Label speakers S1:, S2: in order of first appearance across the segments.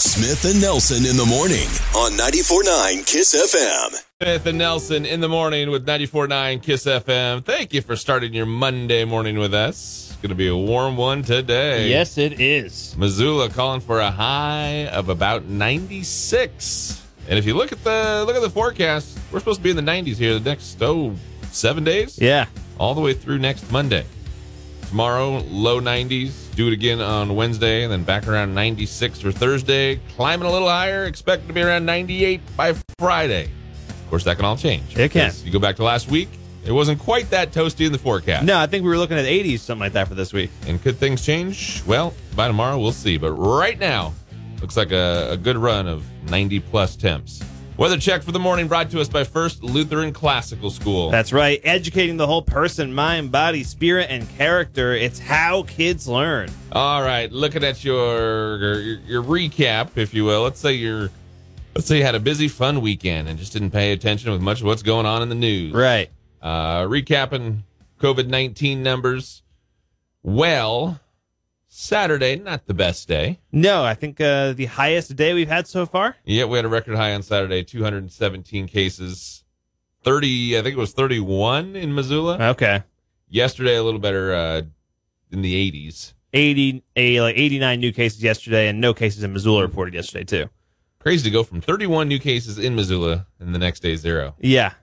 S1: Smith and Nelson in the morning on 94.9 Kiss FM.
S2: Smith and Nelson in the morning with 94.9 Kiss FM. Thank you for starting your Monday morning with us. It's going to be a warm one today.
S3: Yes, it is.
S2: Missoula calling for a high of about 96. And if you look at the look at the forecast, we're supposed to be in the 90s here the next oh seven days,
S3: Yeah.
S2: all the way through next Monday. Tomorrow, low 90s. Do it again on Wednesday, and then back around 96 for Thursday. Climbing a little higher, expected to be around 98 by Friday. Of course, that can all change.
S3: It can.
S2: Because You go back to last week; it wasn't quite that toasty in the forecast.
S3: No, I think we were looking at 80s, something like that for this week.
S2: And could things change? Well, by tomorrow we'll see. But right now, looks like a, a good run of 90 plus temps. Weather check for the morning brought to us by First Lutheran Classical School.
S3: That's right. Educating the whole person, mind, body, spirit, and character. It's how kids learn.
S2: All right, looking at your, your your recap, if you will. Let's say you're let's say you had a busy, fun weekend and just didn't pay attention with much of what's going on in the news.
S3: Right.
S2: Uh, recapping COVID nineteen numbers. Well, Saturday not the best day.
S3: No, I think uh, the highest day we've had so far.
S2: Yeah, we had a record high on Saturday, 217 cases. 30, I think it was 31 in Missoula.
S3: Okay.
S2: Yesterday, a little better uh, in the 80s.
S3: 80, a, like 89 new cases yesterday, and no cases in Missoula reported yesterday, too.
S2: Crazy to go from 31 new cases in Missoula and the next day zero.
S3: Yeah.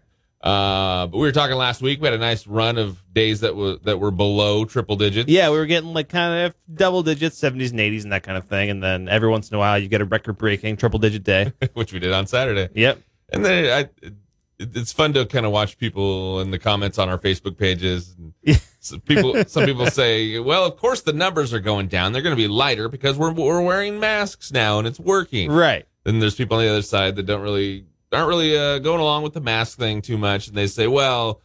S2: Uh, but we were talking last week. We had a nice run of days that were that were below triple digits.
S3: Yeah, we were getting like kind of double digits, 70s and 80s and that kind of thing. And then every once in a while, you get a record breaking triple digit day.
S2: which we did on Saturday.
S3: yep.
S2: And then I, it, it's fun to kind of watch people in the comments on our Facebook pages. And some people, some people say, "Well, of course the numbers are going down. They're going to be lighter because we're we're wearing masks now and it's working."
S3: Right.
S2: Then there's people on the other side that don't really aren't really uh, going along with the mask thing too much, and they say, "Well,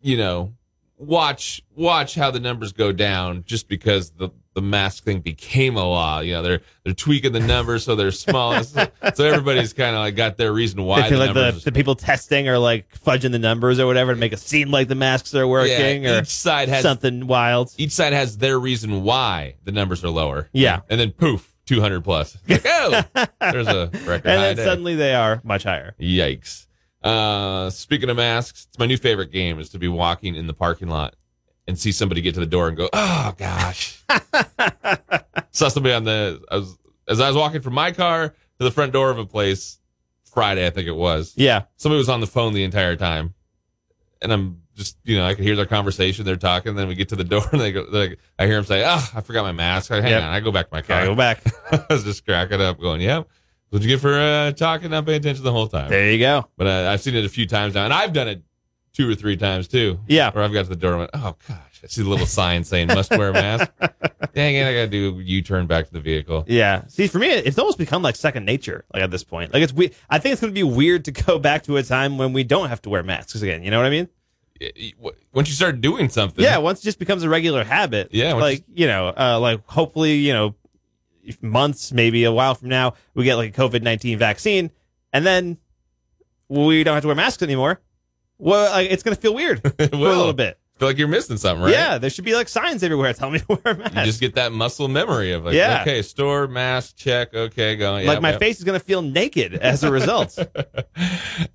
S2: you know, watch watch how the numbers go down just because the." The mask thing became a law. You know, they're they're tweaking the numbers so they're small. so everybody's kind of like got their reason why
S3: I feel
S2: the
S3: like
S2: numbers
S3: the, the people testing are like fudging the numbers or whatever to make it seem like the masks are working
S2: Yeah,
S3: or
S2: each side has
S3: something wild.
S2: each side has their reason why the numbers are lower.
S3: Yeah.
S2: and then poof, two hundred plus. Like, oh, there's a record.
S3: And
S2: high
S3: then
S2: day.
S3: suddenly they are much higher.
S2: yikes. Uh, speaking of masks, it's my new favorite game is to be walking in the parking lot and see somebody get to the door and go, oh gosh. Saw somebody on the I was as I was walking from my car to the front door of a place Friday, I think it was
S3: Yeah.
S2: somebody was on the phone the entire time, and I'm just you know I could hear their conversation. They're talking. Then we get to the door, and they go. they're Like, I hear them say, "Ah, I forgot my mask." I, Hang
S3: Yep.
S2: on, I go back to my car.
S3: Gotta go back.
S2: I was just cracking up, going, "Yep." What'd you get for uh, talking? Not paying attention the whole time.
S3: There you go.
S2: But uh, I've seen it a few times now, and I've done it two or three times too.
S3: Yeah.
S2: Where I've got to the door and went, "Oh gosh," I see the little sign saying "must wear a mask." Dang it! I got to do a U-turn back to the vehicle.
S3: Yeah. See, for me, it's almost become like second nature. Like at this point, like it's we. I think it's going to be weird to go back to a time when we don't have to wear masks again. You know what I mean?
S2: It- it- w- Once you start doing something,
S3: Yeah. Once it just becomes a regular habit.
S2: Yeah, once-
S3: Like you know, uh, like hopefully you know, if months maybe a while from now we get like a COVID nineteen vaccine, and then we don't have to wear masks anymore. Well, like, it's going to feel weird for a
S2: will.
S3: little bit.
S2: feel like you're missing something, right?
S3: Yeah, there should be like signs everywhere telling me to wear a mask.
S2: You just get that muscle memory of like,
S3: Yeah.
S2: okay, store, mask, check, okay, going.
S3: like my face is going to feel naked as a result.
S2: All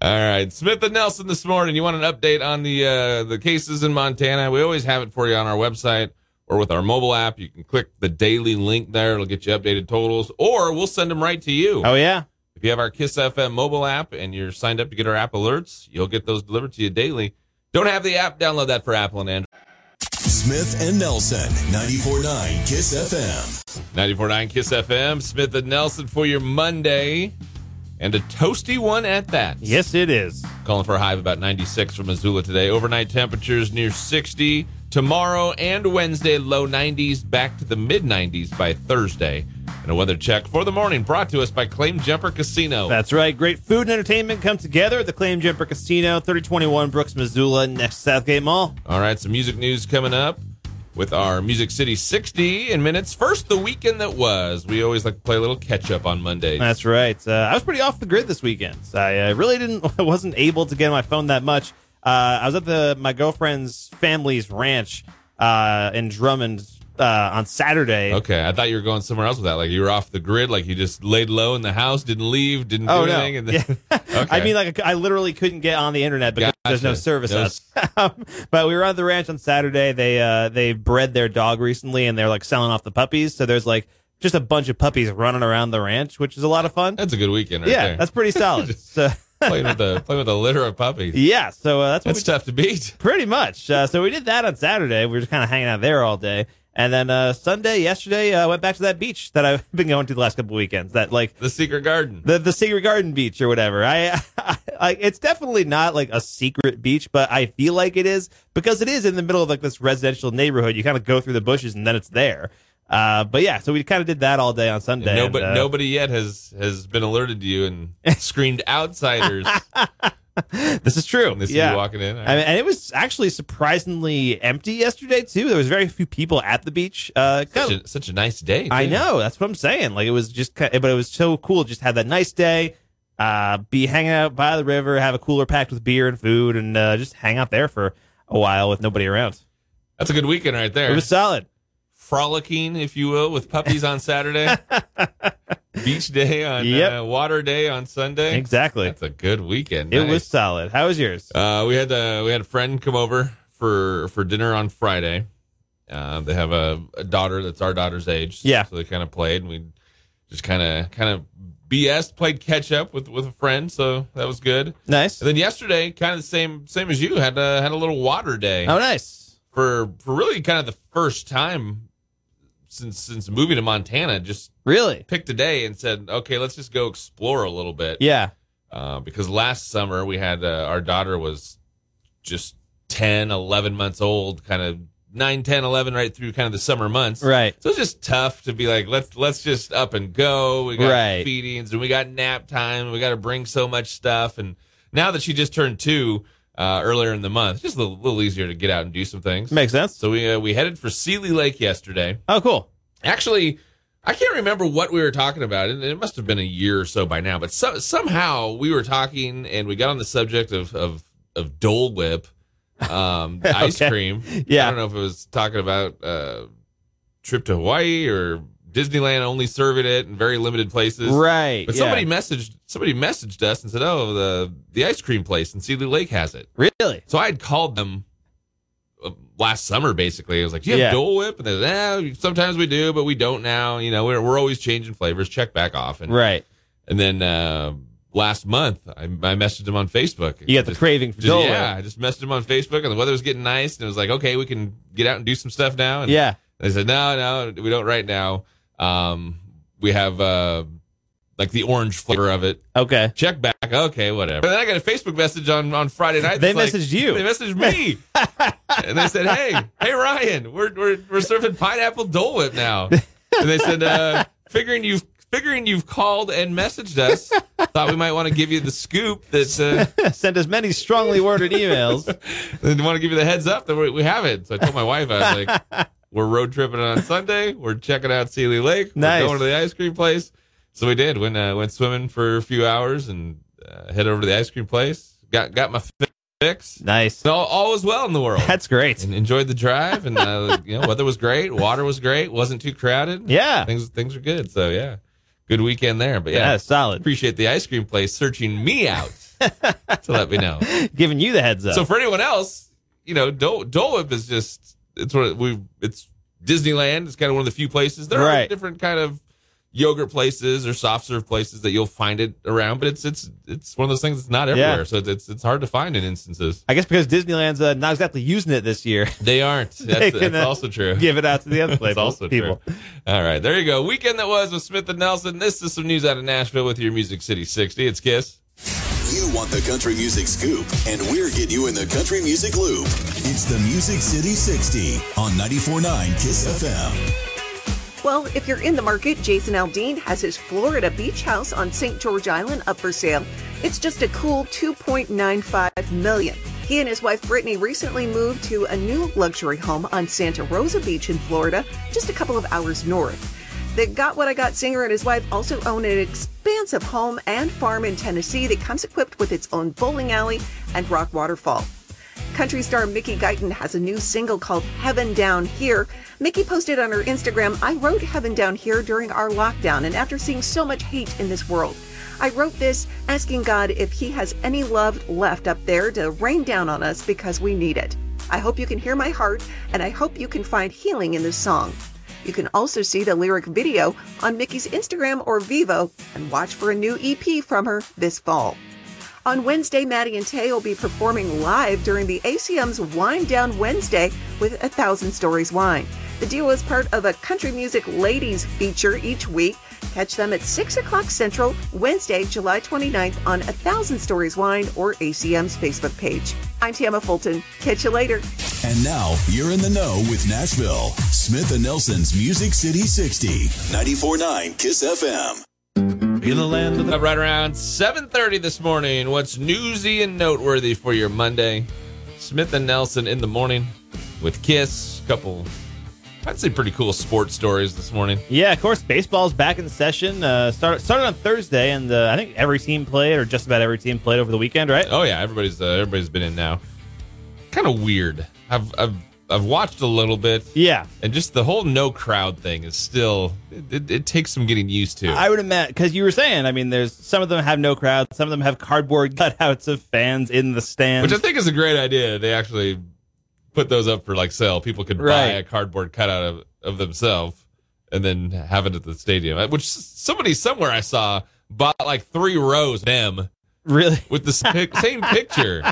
S2: right, Smith and Nelson this morning. You want an update on the uh, the cases in Montana? We always have it for you on our website or with our mobile app. You can click the daily link there; it'll get you updated totals, or we'll send them right to you.
S3: oh yeah.
S2: If you have our Kiss FM mobile app and you're signed up to get our app alerts, you'll get those delivered to you daily. Don't have the app? Download that for Apple and Android.
S1: Smith and Nelson, 94.9 Kiss FM.
S2: 94.9 Kiss FM, Smith and Nelson for your Monday, and a toasty one at that.
S3: Yes, it is.
S2: Calling for a high of about 96 from Missoula today. Overnight temperatures near 60. Tomorrow and Wednesday, low 90s, back to the mid 90s by Thursday. And a weather check for the morning brought to us by Claim Jumper Casino.
S3: That's right. Great food and entertainment come together at the Claim Jumper Casino, 3021 Brooks, Missoula, next to Southgate Mall.
S2: All right, some music news coming up with our Music City 60 in minutes. First, the weekend that was. We always like to play a little catch up on Mondays.
S3: That's right. Uh, I was pretty off the grid this weekend. I uh, really didn't, I wasn't able to get on my phone that much. Uh, I was at the my girlfriend's family's ranch uh, in Drummond uh, on Saturday.
S2: Okay, I thought you were going somewhere else with that. Like you were off the grid, like you just laid low in the house, didn't leave, didn't
S3: Oh
S2: do
S3: no!
S2: anything. And then,
S3: Yeah. I
S2: Okay.
S3: mean, like I literally couldn't get on the internet because there's no
S2: Gotcha.
S3: service.
S2: No
S3: out. but we were on the ranch on Saturday. They uh they bred their dog recently, and they're like selling off the puppies. So there's like just a bunch of puppies running around the ranch, which is a lot of fun.
S2: that's a good weekend, right
S3: yeah,
S2: there.
S3: that's pretty solid. so
S2: playing with the playing with a litter of puppies.
S3: yeah, so uh, that's what
S2: That's
S3: we
S2: tough to beat.
S3: Pretty much. Uh, so we did that on Saturday. We were just kind of hanging out there all day. And then uh, Sunday, yesterday, I uh, went back to that beach that I've been going to the last couple weekends. That like
S2: The secret garden.
S3: the the secret garden beach or whatever. I, I, I it's definitely not like a secret beach, but I feel like it is because it is in the middle of like this residential neighborhood. You kind of go through the bushes and then it's there. Uh, but yeah, so we kind of did that all day on Sunday.
S2: No,
S3: and,
S2: but
S3: uh,
S2: nobody yet has has been alerted to you and screamed outsiders.
S3: this is true.
S2: when they see
S3: yeah.
S2: you walking in.
S3: I mean, and it was actually surprisingly empty yesterday too. There was very few people at the beach. Uh,
S2: such, a, such a nice day.
S3: I
S2: too.
S3: know. That's what I'm saying. Like it was just, ki- but it was so cool. Just have that nice day, uh, be hanging out by the river, have a cooler packed with beer and food, and uh, just hang out there for a while with nobody around.
S2: That's a good weekend right there.
S3: It was solid.
S2: Frolicking, if you will, with puppies on Saturday, beach day on
S3: Yep.
S2: uh, water day on Sunday.
S3: Exactly.
S2: That's a good weekend.
S3: It
S2: Nice.
S3: was solid. How was yours?
S2: Uh, we had uh, we had a friend come over for for dinner on Friday. Uh, they have a, a daughter that's our daughter's age.
S3: Yeah.
S2: So they kind of played, and we just kind of kind of BS played catch up with with a friend. So that was good.
S3: nice.
S2: And then yesterday, kind of the same same as you had a, had a little water day
S3: Oh, nice.
S2: for for really kind of the first time since since moving to Montana. Just
S3: Really?
S2: picked a day and said, okay, let's just go explore a little bit.
S3: Yeah.
S2: Uh, because last summer we had uh, our daughter was just 10 11 months old kind of 9 10 11 right through kind of the summer months
S3: Right.
S2: so it's just tough to be like let's let's just up and go we got
S3: Right.
S2: feedings and we got nap time we got to bring so much stuff and now that she just turned two uh, earlier in the month it's just a little, little easier to get out and do some things
S3: Makes sense.
S2: so we uh, we headed for Sealy Lake yesterday
S3: Oh, cool.
S2: Actually, I can't remember what we were talking about, and it must have been a year or so by now. But so, somehow we were talking, and we got on the subject of of, of Dole Whip um, ice
S3: Okay.
S2: cream. I
S3: Yeah.
S2: don't know if it was talking about uh, trip to Hawaii or Disneyland only serving it in very limited places.
S3: Right.
S2: But
S3: yeah.
S2: somebody messaged somebody messaged us and said, "Oh, the the ice cream place in Sealy Lake has it."
S3: really.
S2: So I had called them uh, last summer, basically. I was like, "Do you
S3: Yeah.
S2: have Dole Whip?" And they said, "Eh, sometimes we do, but we don't now. You know, we're we're always changing flavors. Check back off." And
S3: Right.
S2: and then uh, last month, I, I messaged them on Facebook.
S3: You got the
S2: Just-
S3: craving for
S2: just-
S3: Dole.
S2: yeah, I just messaged them on Facebook, and the weather was getting nice, and it was like, "Okay, we can get out and do some stuff now." And
S3: Yeah.
S2: they said, "No, no, we don't right now. Um, we have uh, like the orange flavor of it."
S3: Okay.
S2: Check back. Okay, whatever. And then I got a Facebook message on, on Friday night.
S3: They
S2: that's
S3: messaged you.
S2: They messaged me. and they said, hey, hey, Ryan, we're, we're, we're serving pineapple Dole Whip now. And they said, uh, figuring you've figuring you've called and messaged us, thought we might want to give you the scoop that uh,
S3: Send as many strongly worded emails.
S2: they want to give you the heads up that we, we have it. So I told my wife, I was like, we're road tripping on Sunday. We're checking out Sealy Lake.
S3: Nice.
S2: We're going to the ice cream place. So we did. Went uh, went swimming for a few hours and uh, head over to the ice cream place. Got got my fi- fix.
S3: nice.
S2: So all, all was well in the world.
S3: That's great.
S2: and enjoyed the drive. And uh, you know, weather was great. Water was great. wasn't too crowded.
S3: Yeah.
S2: things things were good. So yeah, good weekend there. But
S3: Yeah,
S2: yeah,
S3: solid.
S2: appreciate the ice cream place searching me out to let me know.
S3: Giving you the heads up.
S2: So for anyone else, you know, Dole, Dole Whip is just it's one of, we it's Disneyland. It's kind of one of the few places there are
S3: Right.
S2: different kind of yogurt places or soft serve places that you'll find it around, but it's it's it's one of those things that's not everywhere. So it's it's hard to find in instances.
S3: I guess because Disneyland's uh, not exactly using it this year,
S2: They aren't. That's,
S3: can,
S2: that's
S3: uh,
S2: also true.
S3: give it out to the other
S2: That's
S3: people.
S2: also
S3: people.
S2: true. All right, there you go. Weekend that was with Smith and Nelson. This is some news out of Nashville with your Music City 60. It's Kiss.
S1: You want the country music scoop, and we're getting you in the country music loop. It's the Music City 60 on 94.9 Kiss FM.
S4: Well, if you're in the market, Jason Aldean has his Florida beach house on St. George Island up for sale. It's just a cool 2.95 million. He and his wife Brittany recently moved to a new luxury home on Santa Rosa Beach in Florida, just a couple of hours north. The Got What I Got singer and his wife also own an expansive home and farm in Tennessee that comes equipped with its own bowling alley and rock waterfall. Country star Mickey Guyton has a new single called Heaven Down Here. Mickey posted on her Instagram, I wrote Heaven Down Here during our lockdown and after seeing so much hate in this world. I wrote this asking God if He has any love left up there to rain down on us because we need it. I hope you can hear my heart, and I hope you can find healing in this song. You can also see the lyric video on Mickey's Instagram or Vivo and watch for a new EP from her this fall. On Wednesday, Maddie and Tay will be performing live during the ACM's Wind Down Wednesday with A Thousand Stories Wine. The duo is part of a Country Music Ladies feature each week. Catch them at 6 o'clock Central, Wednesday, July 29th on A Thousand Stories Wine or ACM's Facebook page. I'm Tamma Fulton. Catch you later.
S1: And now you're in the know with Nashville. Smith and Nelson's Music City 60, 94.9 Kiss FM.
S3: In the land of the
S2: Up right around 7.30 this morning. What's newsy and noteworthy for your Monday? Smith and Nelson in the morning with Kiss. Couple, I'd say pretty cool sports stories this morning.
S3: yeah, of course, baseball's back in session. Uh, started started on Thursday, and uh, I think every team played, or just about every team played over the weekend, right?
S2: Oh yeah, everybody's uh, everybody's been in now. Kind of weird. I've I've I've watched a little bit,
S3: Yeah,
S2: and just the whole no crowd thing is still it, it, it takes some getting used to.
S3: I would imagine because you were saying, I mean, there's some of them have no crowd, some of them have cardboard cutouts of fans in the stands.
S2: which I think is a great idea. They actually put those up for like sale. People could buy
S3: Right.
S2: a cardboard cutout of, of themselves and then have it at the stadium. Uh, Which somebody somewhere I saw bought like three rows of them
S3: really,
S2: with the same, same picture.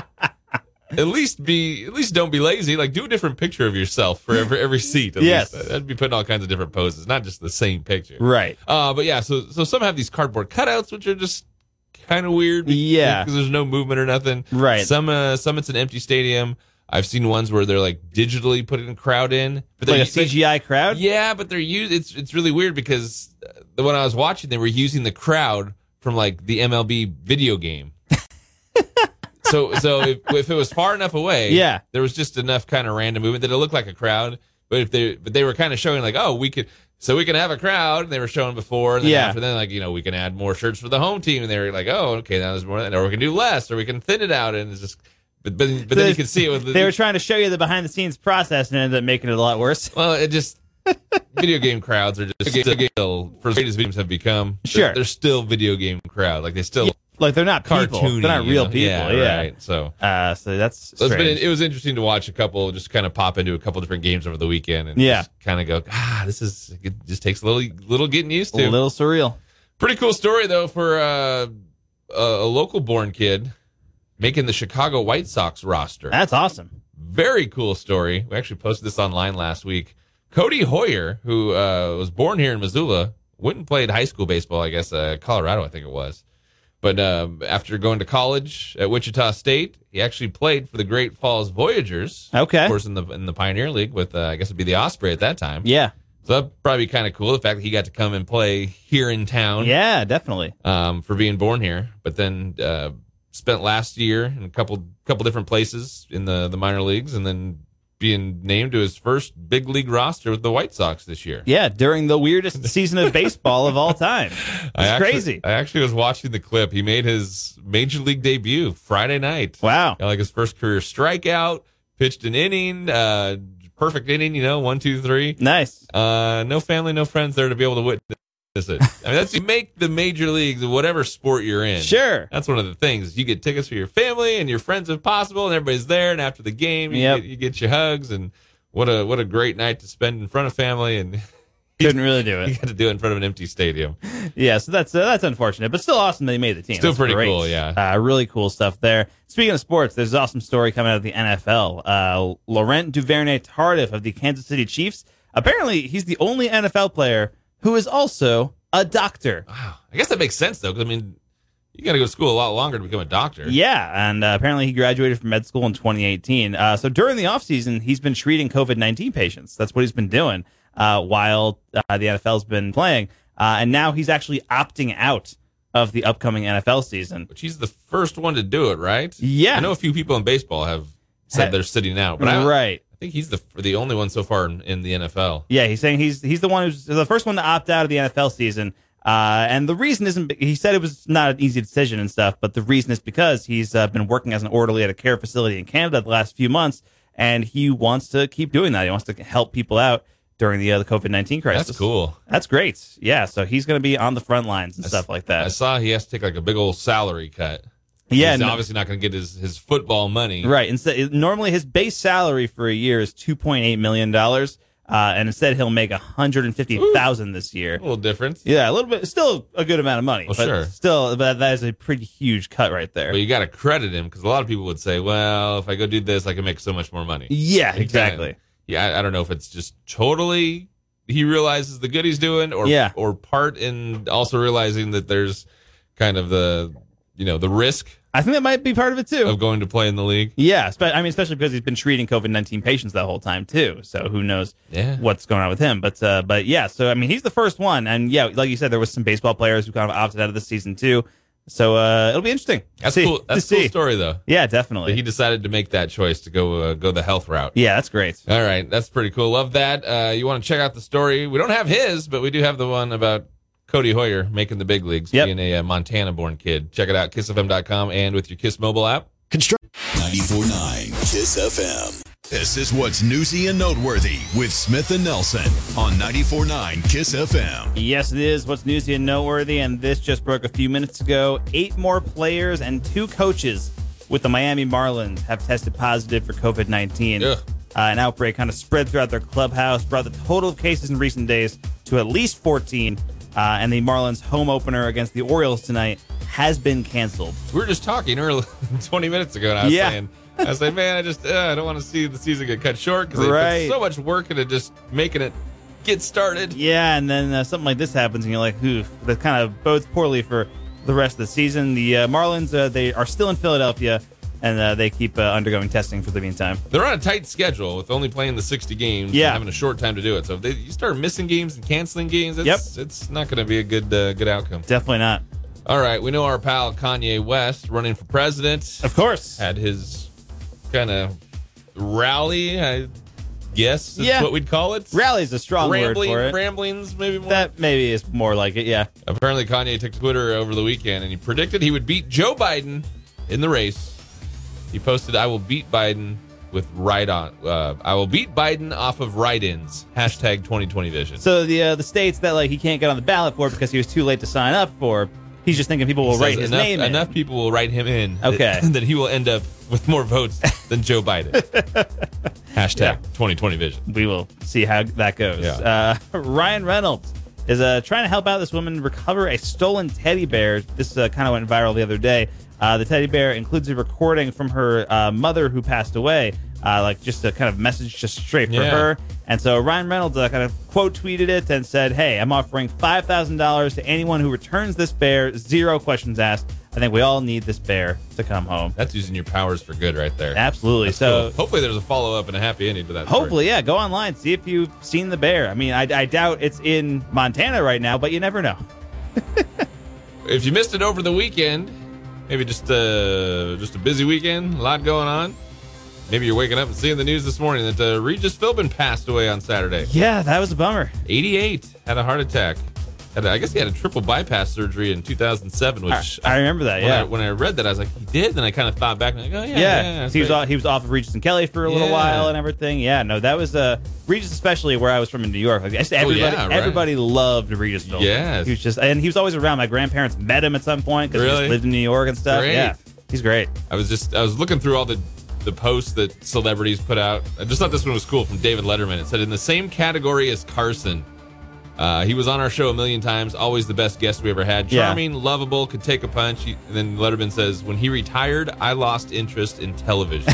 S2: At least be at least don't be lazy. Like do a different picture of yourself for every every seat. At
S3: Yes.
S2: least. that'd be putting all kinds of different poses, not just the same picture.
S3: right?
S2: Uh, but yeah, so so some have these cardboard cutouts, which are just kind of weird.
S3: Yeah.
S2: because there's no movement or nothing.
S3: Right.
S2: Some uh, some it's an empty stadium. I've seen ones where they're like digitally putting a crowd in, but
S3: Like a
S2: they're-
S3: CGI crowd.
S2: Yeah, but they're used. It's it's really weird because uh, the one I was watching, they were using the crowd from like the MLB video game. so so if, if it was far enough away,
S3: Yeah.
S2: there was just enough kind of random movement that it looked like a crowd. But if they but they were kind of showing like, oh, we could. So we can have a crowd, and they were showing before, and then
S3: Yeah.
S2: after then, like you know, we can add more shirts for the home team, and they were like, oh, okay, now there's more, or we can do less, or we can thin it out, and it's just, but but, but then you can see it with the-
S3: They were trying to show you the behind the scenes process and ended up making it a lot worse.
S2: Well, it just video game crowds are just still for as great as games have become. they're-
S3: Sure.
S2: they're, still video game crowd. Like they still
S3: Like they're not people.
S2: cartoony.
S3: They're not
S2: you
S3: real
S2: know?
S3: people. Yeah.
S2: right. So.
S3: Uh, so that's
S2: So it's
S3: strange.
S2: been, it was interesting to watch a couple just kind of pop into a couple different games over the weekend and
S3: Yeah.
S2: kind of go ah this is it just takes a little little getting used to
S3: a little surreal.
S2: pretty cool story though for uh, a, a local born kid making the Chicago White Sox roster
S3: That's awesome.
S2: very cool story. We actually posted this online last week. Cody Hoyer, who uh, was born here in Missoula, went and played high school baseball, I guess, uh, Colorado, I think it was. But um, after going to college at Wichita State, he actually played for the Great Falls Voyagers.
S3: Okay.
S2: Of course, in the in the Pioneer League with, uh, I guess it'd be the Osprey at that time.
S3: Yeah.
S2: So that'd probably be kind of cool, the fact that he got to come and play here in town
S3: Yeah. Definitely.
S2: um, for being born here, but then uh, spent last year in a couple couple different places in the the minor leagues, and then being named to his first big league roster with the White Sox this year.
S3: Yeah. During the weirdest season of baseball of all time. It's
S2: I actually-
S3: crazy.
S2: I actually was watching the clip. He made his major league debut Friday night.
S3: Wow.
S2: Got like his first career strikeout, pitched an inning, uh, perfect inning. You know, one, two, three.
S3: Nice.
S2: Uh, no family, no friends there to be able to witness it. I mean, that's you make the major leagues, whatever sport you're in.
S3: Sure.
S2: That's one of the things. You get tickets for your family and your friends if possible, and everybody's there. And after the game, you,
S3: Yep.
S2: get, you get your hugs, and what a what a great night to spend in front of family, and
S3: Couldn't really do
S2: you
S3: it.
S2: got to do it in front of an empty stadium.
S3: Yeah, so that's uh, that's unfortunate, but still awesome that he made the team.
S2: Still
S3: That's
S2: pretty
S3: great.
S2: cool, yeah.
S3: Uh, really cool stuff there. Speaking of sports, there's an awesome story coming out of the NFL. Uh, Laurent Duvernay Tardif of the Kansas City Chiefs. Apparently, he's the only NFL player who is also a doctor.
S2: Wow, I guess that makes sense though, because I mean, you got to go to school a lot longer to become a doctor.
S3: Yeah, and uh, apparently he graduated from med school in 2018. Uh, so during the offseason, he's been treating COVID 19 patients. That's what he's been doing uh, while uh, the NFL's been playing. Uh, and now he's actually opting out of the upcoming NFL season.
S2: which he's the first one to do it, right?
S3: Yeah.
S2: I know a few people in baseball have
S3: Ha-
S2: said they're sitting out, but I,
S3: right.
S2: I think he's the the only one so far in, in the NFL.
S3: Yeah, he's saying he's he's the one who's the first one to opt out of the NFL season. Uh, and the reason isn't he said it was not an easy decision and stuff, but the reason is because he's uh, been working as an orderly at a care facility in Canada the last few months, and he wants to keep doing that. He wants to help people out during the uh, COVID nineteen crisis.
S2: That's cool.
S3: That's great. Yeah, so he's going to be on the front lines and stuff like
S2: I
S3: that.
S2: saw he has to take like a big old salary cut.
S3: Yeah,
S2: he's
S3: no-
S2: obviously not going to get his his football money.
S3: Right. Instead, normally his base salary for a year is two point eight million dollars, uh, and instead he'll make a hundred and fifty thousand this year.
S2: A little difference.
S3: Yeah, a little bit, still a good amount of money.
S2: Well,
S3: but
S2: sure.
S3: Still, but that is a pretty huge cut right there.
S2: But you got to credit him because a lot of people would say, "Well, if I go do this, I can make so much more money."
S3: yeah,
S2: He
S3: exactly.
S2: can. Yeah, I, I don't know if it's just totally he realizes the good he's doing, or
S3: Yeah.
S2: or part in also realizing that there's kind of the you know the risk
S3: I think that might be part of it too.
S2: of going to play in the league.
S3: yeah, spe- I mean, especially because he's been treating COVID nineteen patients that whole time too. So who knows
S2: Yeah.
S3: what's going on with him? But uh, but yeah, so I mean, he's the first one, and yeah, like you said, there was some baseball players who kind of opted out of the season too. So uh, it'll be interesting. to
S2: That's
S3: see-
S2: cool.
S3: to
S2: That's a cool
S3: see.
S2: story though.
S3: Yeah,
S2: But
S3: definitely.
S2: he decided to make that choice to go uh, go the health route.
S3: Yeah, that's great.
S2: All right, that's pretty cool. Love that. Uh, you want to check out the story? We don't have his, but we do have the one about Cody Hoyer making the big leagues,
S3: Yep.
S2: being a, uh Montana-born kid. Check it out, kissfm.com, and with your Kiss mobile app.
S1: 949 Kiss FM. This is what's newsy and noteworthy with Smith and Nelson on 949 Kiss FM.
S3: Yes, it is. What's newsy and noteworthy, and this just broke a few minutes ago. Eight more players and two coaches with the Miami Marlins have tested positive for COVID 19. Uh,
S2: Ugh.
S3: an outbreak kind of spread throughout their clubhouse, brought the total of cases in recent days to at least 14. Uh, and the Marlins home opener against the Orioles tonight has been canceled.
S2: We were just talking early, 20 minutes ago, and I was
S3: Yeah.
S2: saying, I was like, man, I just uh, I don't want to see the season get cut short because they
S3: Right.
S2: put so much work into just making it get started.
S3: Yeah, and then uh, something like this happens, and you're like, oof, that kind of bodes poorly for the rest of the season. The uh, Marlins, uh, they are still in Philadelphia, and uh, they keep uh, undergoing testing for the meantime.
S2: They're on a tight schedule with only playing the 60 games
S3: Yeah.
S2: and having a short time to do it. So if they, you start missing games and canceling games, it's, it's not going to be a good uh, good outcome.
S3: Definitely not.
S2: All right, we know our pal Kanye West running for president
S3: Of course.
S2: had his kind of rally, I guess is
S3: Yeah.
S2: what we'd call it.
S3: Rally is a strong
S2: Rambling,
S3: word for it.
S2: ramblings, maybe more.
S3: That maybe is more like it, yeah.
S2: Apparently, Kanye took to Twitter over the weekend and he predicted he would beat Joe Biden in the race. He posted, "I will beat Biden with ride on. Uh, I will beat Biden off of write-ins." Hashtag 2020 vision.
S3: So the uh, the states that like he can't get on the ballot for because he was too late to sign up for, he's just thinking people will
S2: Says
S3: write his
S2: enough,
S3: name. in.
S2: Enough people will write him in. that-
S3: Okay.
S2: That, he will end up with more votes than Joe Biden. Hashtag 2020 vision.
S3: we will see how that goes.
S2: Yeah.
S3: Uh, Ryan Reynolds is uh, trying to help out this woman recover a stolen teddy bear. This uh, kind of went viral the other day. Uh, the teddy bear includes a recording from her uh, mother who passed away, uh, like just a kind of message just straight for
S2: Yeah.
S3: her. And so Ryan Reynolds uh, kind of quote tweeted it and said, Hey, I'm offering $5,000 to anyone who returns this bear, zero questions asked. I think we all need this bear to come home.
S2: That's using your powers for good right there.
S3: Absolutely.
S2: Cool.
S3: so
S2: hopefully there's a follow up and a happy ending to that. story.
S3: Hopefully, yeah. Go online, see if you've seen the bear. I mean, I, I doubt it's in Montana right now, but you never know.
S2: if you missed it over the weekend, maybe just uh, just a busy weekend, a lot going on. Maybe you're waking up and seeing the news this morning that uh, Regis Philbin passed away on Saturday.
S3: Yeah, that was a bummer.
S2: 88 had a heart attack. Had a, I guess he had a triple bypass surgery in 2007,
S3: I,
S2: which
S3: I remember that.
S2: when, I,
S3: Yeah,
S2: when I read that, I was like, he did. Then I kind of thought back and like, oh yeah,
S3: yeah. he was off, he was off of Regis and Kelly for a little
S2: Yeah.
S3: while and everything. Yeah, no, that was uh, Regis, especially where I was from in New York. Like, I just- everybody,
S2: Oh, yeah, right.
S3: everybody loved Regis. Philbin.
S2: Yes.
S3: he was just, and he was always around. My grandparents met him at some point because he
S2: Really?
S3: just lived in New York and stuff.
S2: Great.
S3: Yeah, he's great.
S2: I was just I was looking through all the the posts that celebrities put out. I just thought this one was cool from David Letterman. It said in the same category as Carson. Uh, he was on our show a million times. Always the best guest we ever had.
S3: Yeah.
S2: Charming, lovable, could take a punch. He, and then Letterman says, "When he retired, I lost interest in television."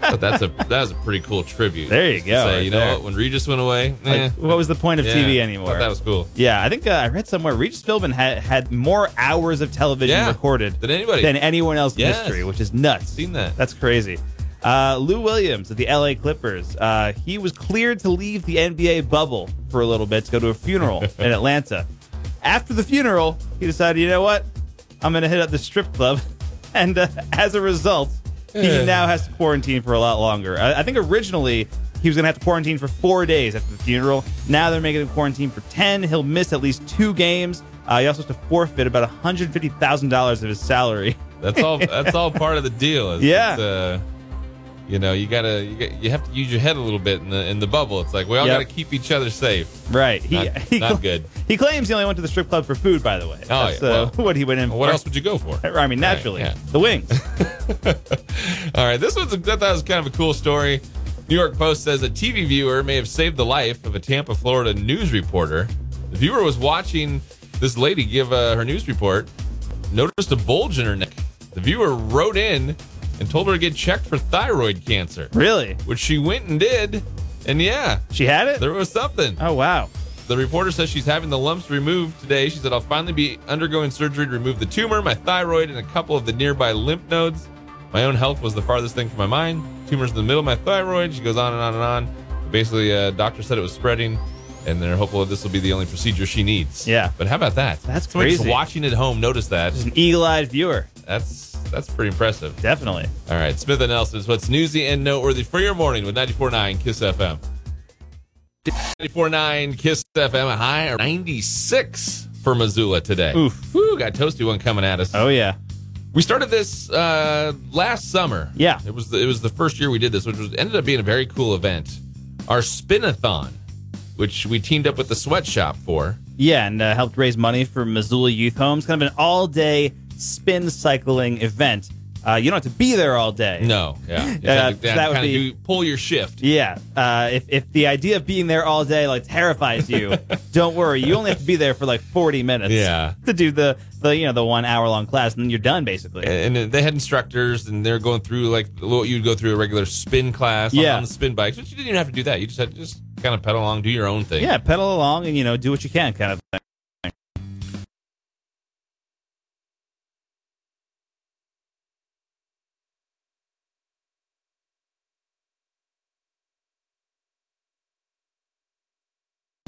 S2: but that's a that was a pretty cool tribute.
S3: There you
S2: Just to
S3: go,
S2: say,
S3: right
S2: you know
S3: there.
S2: what? When Regis went away, eh,
S3: Like, what was the point of
S2: yeah,
S3: TV
S2: I
S3: anymore?
S2: thought that was cool.
S3: Yeah, I think uh, I read somewhere Regis Philbin had, had more hours of television
S2: Yeah,
S3: recorded
S2: than anybody.
S3: than anyone else in
S2: Yes.
S3: history, which is nuts.
S2: Seen that.
S3: That's crazy. Uh, Lou Williams of the LA Clippers, uh, he was cleared to leave the NBA bubble for a little bit to go to a funeral in Atlanta. After the funeral, he decided, you know what? I'm going to hit up the strip club. And uh, as a result, he
S2: Yeah.
S3: now has to quarantine for a lot longer. I, I think originally he was going to have to quarantine for four days after the funeral. Now they're making him quarantine for 10. He'll miss at least two games. Uh, he also has to forfeit about $150,000 of his salary.
S2: That's all. That's all part of the deal. It's-
S3: Yeah.
S2: it's, uh, you know, you gotta, you got you have to use your head a little bit in the in the bubble. It's like we all
S3: Yep.
S2: gotta keep each other safe.
S3: Right. He,
S2: Not-
S3: he
S2: not good.
S3: He claims he only went to the strip club for food, by the way.
S2: Oh,
S3: That's
S2: yeah,
S3: uh,
S2: well,
S3: what he went in
S2: What
S3: for.
S2: else would you go for?
S3: I mean, naturally,
S2: yeah.
S3: the wings.
S2: All right, this one's I thought was kind of a cool story. New York Post says a TV viewer may have saved the life of a Tampa, Florida news reporter. The viewer was watching this lady give uh, her news report, noticed a bulge in her neck. The viewer wrote in and told her to get checked for thyroid cancer,
S3: really?
S2: which she went and did. And yeah,
S3: She had it?
S2: there was something.
S3: Oh, wow.
S2: The reporter says she's having the lumps removed today. She said, I'll finally be undergoing surgery to remove the tumor, my thyroid, and a couple of the nearby lymph nodes. My own health was the farthest thing from my mind. Tumors in the middle of my thyroid. She goes on and on and on. Basically, uh, doctor said it was spreading, and they're hopeful that this will be the only procedure she needs.
S3: Yeah.
S2: But how about that?
S3: That's
S2: Somebody just
S3: crazy.
S2: watching at home, notice that.
S3: An eagle eyed viewer.
S2: That's that's pretty impressive.
S3: Definitely.
S2: All right, Smith and Nelson is what's newsy and noteworthy for your morning with 94.9 KISS FM. 94.9 KISS FM, a high of 96 for Missoula today.
S3: Oof.
S2: Woo, got a toasty one coming at us.
S3: Oh, yeah.
S2: We started this uh, last summer.
S3: Yeah.
S2: It was, the, it was the first year we did this, which was ended up being a very cool event. Our spinathon, which we teamed up with the sweatshop for.
S3: Yeah, and uh, helped raise money for Missoula Youth Homes. Kind of an all day spin cycling event. Uh, you don't have to be there all day.
S2: No, yeah. You
S3: Yeah,
S2: had to-
S3: Uh, that would
S2: kinda
S3: be-
S2: do- pull your shift.
S3: Yeah. Uh, if, if the idea of being there all day like terrifies you, don't worry. You only have to be there for like 40 minutes.
S2: Yeah.
S3: To do the, the you know the one hour long class, and then you're done basically.
S2: and and they had instructors and they're going through like what you'd go through a regular spin class on-
S3: Yeah.
S2: on, the spin bikes which you didn't even have to do that you just had to just kind of pedal along do your own thing
S3: Yeah, pedal along and you know do what you can, kind of. thing.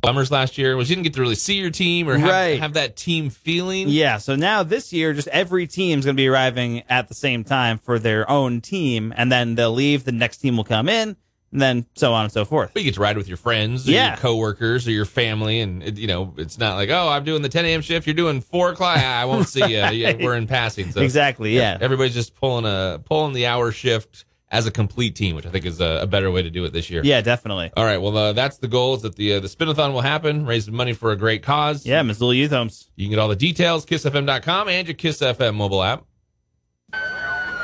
S2: bummers last year was you didn't get to really see your team or have,
S3: Right.
S2: have that team feeling
S3: Yeah, so now this year, just every team's going to be arriving at the same time for their own team, and then they'll leave. The next team will come in, and then so on and so forth.
S2: but you get to ride with your friends or
S3: Yeah.
S2: your coworkers or your family and it, you know it's not like oh i'm doing the 10 a.m shift you're doing 4 o'clock Ah, i won't see you yeah, we're in passing so
S3: exactly. Yeah.
S2: everybody's just pulling a pulling the hour shift as a complete team which i think is a, a better way to do it this year
S3: Yeah, definitely.
S2: All right. Well, uh, that's the goal is that the uh, the spinathon will happen, raise money for a great cause.
S3: Yeah, Missoula Youth Homes.
S2: You can get all the details, kissfm.com and your Kiss FM mobile app.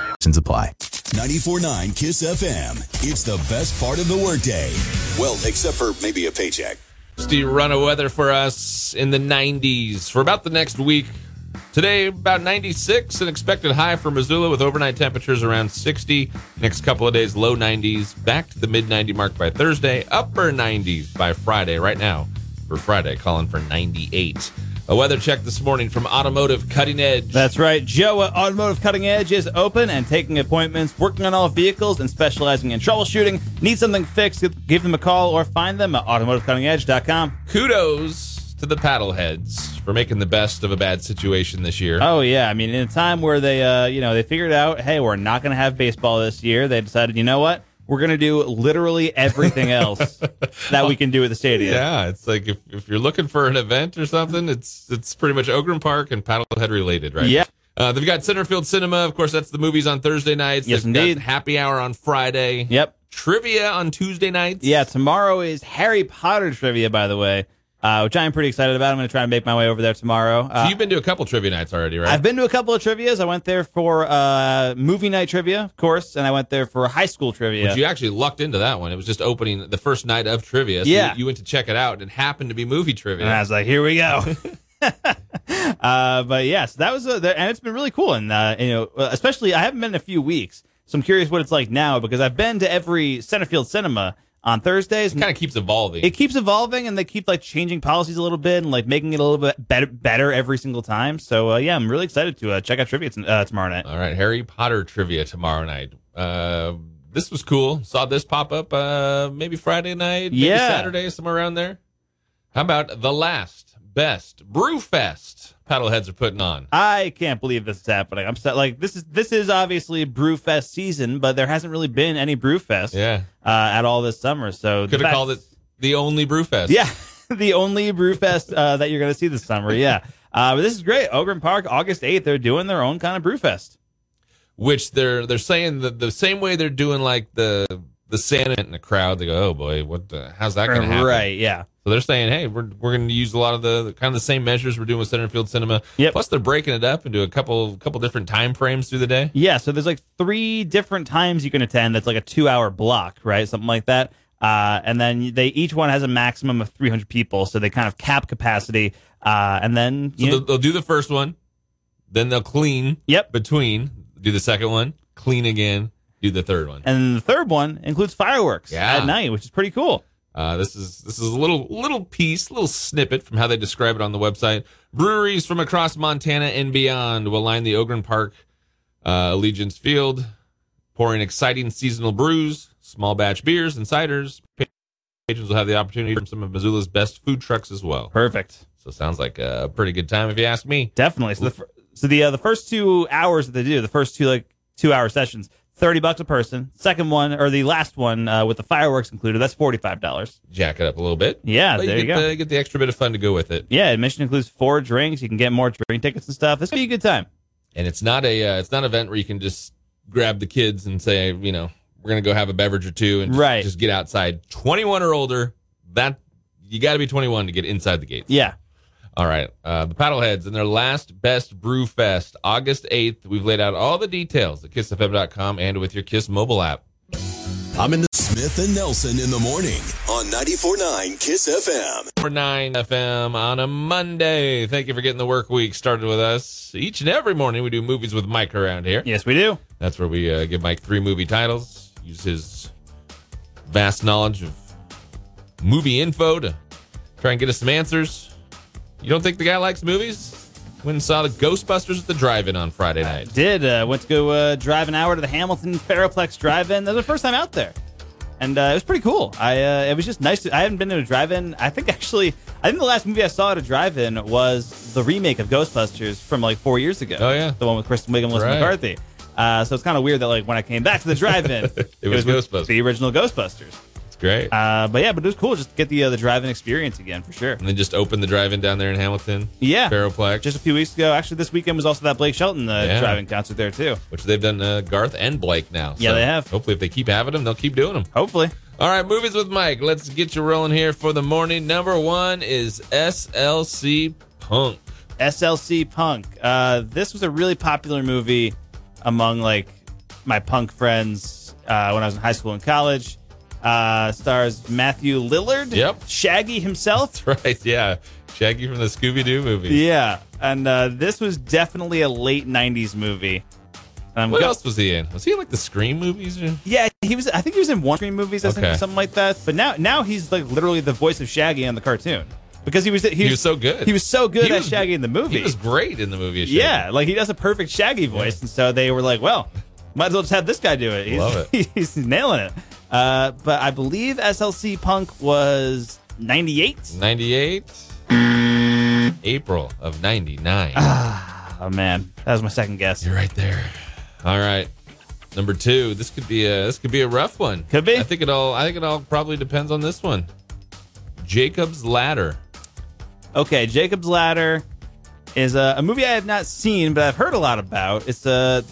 S5: Restrictions apply.
S1: 94.9 Kiss FM. It's the best part of the workday. Well, except for maybe a paycheck.
S2: Steve run of weather for us in the 90s for about the next week. Today, about 96, an expected high for Missoula with overnight temperatures around 60. Next couple of days, low 90s, back to the mid 90 mark by Thursday, upper 90s by Friday. Right now, for Friday, calling for 98. A weather check this morning from Automotive Cutting Edge.
S3: That's right. Joe at Automotive Cutting Edge is open and taking appointments, working on all vehicles, and specializing in troubleshooting. Need something fixed? Give them a call or find them at automotivecuttingedge.com.
S2: kudos to the paddleheads for making the best of a bad situation this year.
S3: Oh yeah, I mean, in a time where they, uh, you know, they figured out, hey, we're not going to have baseball this year. They decided, you know what, we're going to do literally everything else that we can do at the stadium.
S2: yeah, it's like if, if you're looking for an event or something, it's it's pretty much Oakland Park and paddlehead related, right?
S3: Yeah.
S2: Uh, they've got Centerfield Cinema, of course. That's the movies on Thursday nights.
S3: Yes,
S2: They've
S3: indeed.
S2: Got happy hour on Friday.
S3: Yep.
S2: Trivia on Tuesday nights.
S3: Yeah. Tomorrow is Harry Potter trivia, by the way, uh, which I'm pretty excited about. I'm going to try and make my way over there tomorrow.
S2: So
S3: Uh,
S2: you've been to a couple trivia nights already, right?
S3: I've been to a couple of trivia's. I went there for uh, movie night trivia, of course, and I went there for high school trivia.
S2: But you actually lucked into that one. It was just opening the first night of trivia. So
S3: Yeah.
S2: You, you went to check it out and it happened to be movie trivia.
S3: And I was like, here we go. uh, but yes, that was, a, that, and it's been really cool. And, uh, you know, especially I haven't been in a few weeks. So I'm curious what it's like now because I've been to every Centerfield Cinema on Thursdays.
S2: It kind of keeps evolving.
S3: it keeps evolving and they keep like changing policies a little bit and like making it a little bit better, better every single time. So, uh, yeah, I'm really excited to uh, check out trivia t- uh, tomorrow night.
S2: All right, Harry Potter trivia tomorrow night. Uh, this was cool. Saw this pop up uh, maybe Friday night, maybe
S3: Yeah.
S2: Saturday, somewhere around there. How about the last best Brewfest paddleheads are putting on?
S3: I can't believe this is happening. I'm so, like, this is this is obviously Brewfest season, but there hasn't really been any Brewfest
S2: Yeah,
S3: uh, at all this summer. So the
S2: could have
S3: fact-
S2: called it the only Brewfest.
S3: Yeah, the only Brewfest uh, that you're going to see this summer. Yeah. Uh, but this is great. Ogren Park, August 8th, they're doing their own kind of brew fest.
S2: Which they're they're saying the, the same way they're doing like the the Santa in the crowd. They go, oh boy, what the, how's that going to happen?
S3: Right, yeah.
S2: So they're saying, hey, we're, we're going to use a lot of the kind of the same measures we're doing with Centerfield Cinema.
S3: Yep.
S2: Plus, they're breaking it up into a couple couple different time frames through the day.
S3: Yeah, so there's like three different times you can attend. That's like a two hour block, right? Something like that. Uh, and then they each one has a maximum of 300 people, so they kind of cap capacity. Uh, and then
S2: So
S3: you know-
S2: they'll, they'll do the first one, then they'll clean.
S3: Yep.
S2: Between do the second one, clean again, do the third one.
S3: and then the third one includes fireworks
S2: Yeah.
S3: at night, which is pretty cool.
S2: Uh, this is this is a little little piece, little snippet from how they describe it on the website. Breweries from across Montana and beyond will line the Ogren Park uh, Allegiance Field, pouring exciting seasonal brews, small batch beers, and ciders. Patrons will have the opportunity from some of Missoula's best food trucks as well.
S3: Perfect.
S2: So sounds like a pretty good time if you ask me.
S3: Definitely. So the fir- so the uh, the first two hours that they do, the first two like two hour sessions, thirty bucks a person. Second one or the last one uh, with the fireworks included, that's forty five dollars.
S2: Jack it up a little bit.
S3: Yeah,
S2: But
S3: there you
S2: get
S3: go.
S2: The, get the extra bit of fun to go with it.
S3: Yeah, admission includes four drinks. You can get more drink tickets and stuff. This could be a good time.
S2: and it's not a uh, it's not an event where you can just grab the kids and say you know we're gonna go have a beverage or two and just,
S3: Right.
S2: just get outside 21 or older that you got to be 21 to get inside the gates
S3: Yeah,
S2: all right uh, the paddleheads and their last best brew fest august 8th we've laid out all the details at kissfm.com and with your kiss mobile app
S5: I'm in the
S1: Smith and Nelson in the morning on 94.9 Kiss FM.
S2: for 9 fm on a monday thank you for getting the work week started with us each and every morning we do movies with mike around here
S3: yes, we do.
S2: That's where we uh, give Mike three movie titles, use his vast knowledge of movie info to try and get us some answers. You don't think the guy likes movies? Went and saw the Ghostbusters at the drive-in on Friday night.
S3: Did uh, went to go uh, drive an hour to the Hamilton Ferroplex Drive-In. That was the first time out there, and uh, it was pretty cool. I uh, it was just nice. To, I haven't been to a drive-in. I think actually, I think the last movie I saw at a drive-in was the remake of Ghostbusters from like four years ago.
S2: Oh, yeah.
S3: the one with Kristen Wiig and Melissa
S2: Right.
S3: McCarthy. Uh, so it's kind of weird that like when I came back to the drive-in, it,
S2: was
S3: with
S2: Ghostbusters.
S3: the original Ghostbusters.
S2: It's great.
S3: Uh, but yeah, but it was cool just to get the uh, the drive-in experience again for sure.
S2: and then just opened the drive-in down there in Hamilton.
S3: Yeah.
S2: Ferroplex.
S3: Just a few weeks ago, actually, this weekend was also that Blake Shelton uh,
S2: Yeah.
S3: driving concert there too.
S2: which they've done uh, Garth and Blake now.
S3: Yeah, they have.
S2: Hopefully, if they keep having them, they'll keep doing them.
S3: Hopefully,
S2: All right, movies with Mike. Let's get you rolling here for the morning. Number one is SLC Punk.
S3: SLC Punk. Uh, this was a really popular movie among like my punk friends uh, when I was in high school and college. Uh, stars Matthew Lillard.
S2: Yep.
S3: Shaggy himself.
S2: Right, yeah. Shaggy from the Scooby Doo movie.
S3: Yeah, and uh, this was definitely a late '90s movie. And I'm
S2: What
S3: go-
S2: else was he in? Was he in like the Scream movies? Or?
S3: Yeah, he was. I think he was in one screen movies, I think,
S2: Okay.
S3: something like that. But now, now he's like literally the voice of Shaggy on the cartoon because he was he,
S2: He was so good.
S3: He was so good
S2: He
S3: at
S2: was-
S3: Shaggy in the movie.
S2: He was great in the movie. as Shaggy.
S3: yeah, like he does a perfect Shaggy voice, and so they were like, well, might as well just have this guy do it. He's,
S2: Love
S3: he's nailing it. Uh, but I believe SLC Punk was '98.
S2: 98, April of 99.
S3: Oh man, that was my second guess.
S2: You're right there. All right. Number two, this could be a this could be a rough one.
S3: Could be.
S2: I think it all. I think it all probably depends on this one. Jacob's Ladder.
S3: Okay, Jacob's Ladder is a, a movie I have not seen, but I've heard a lot about. It's a,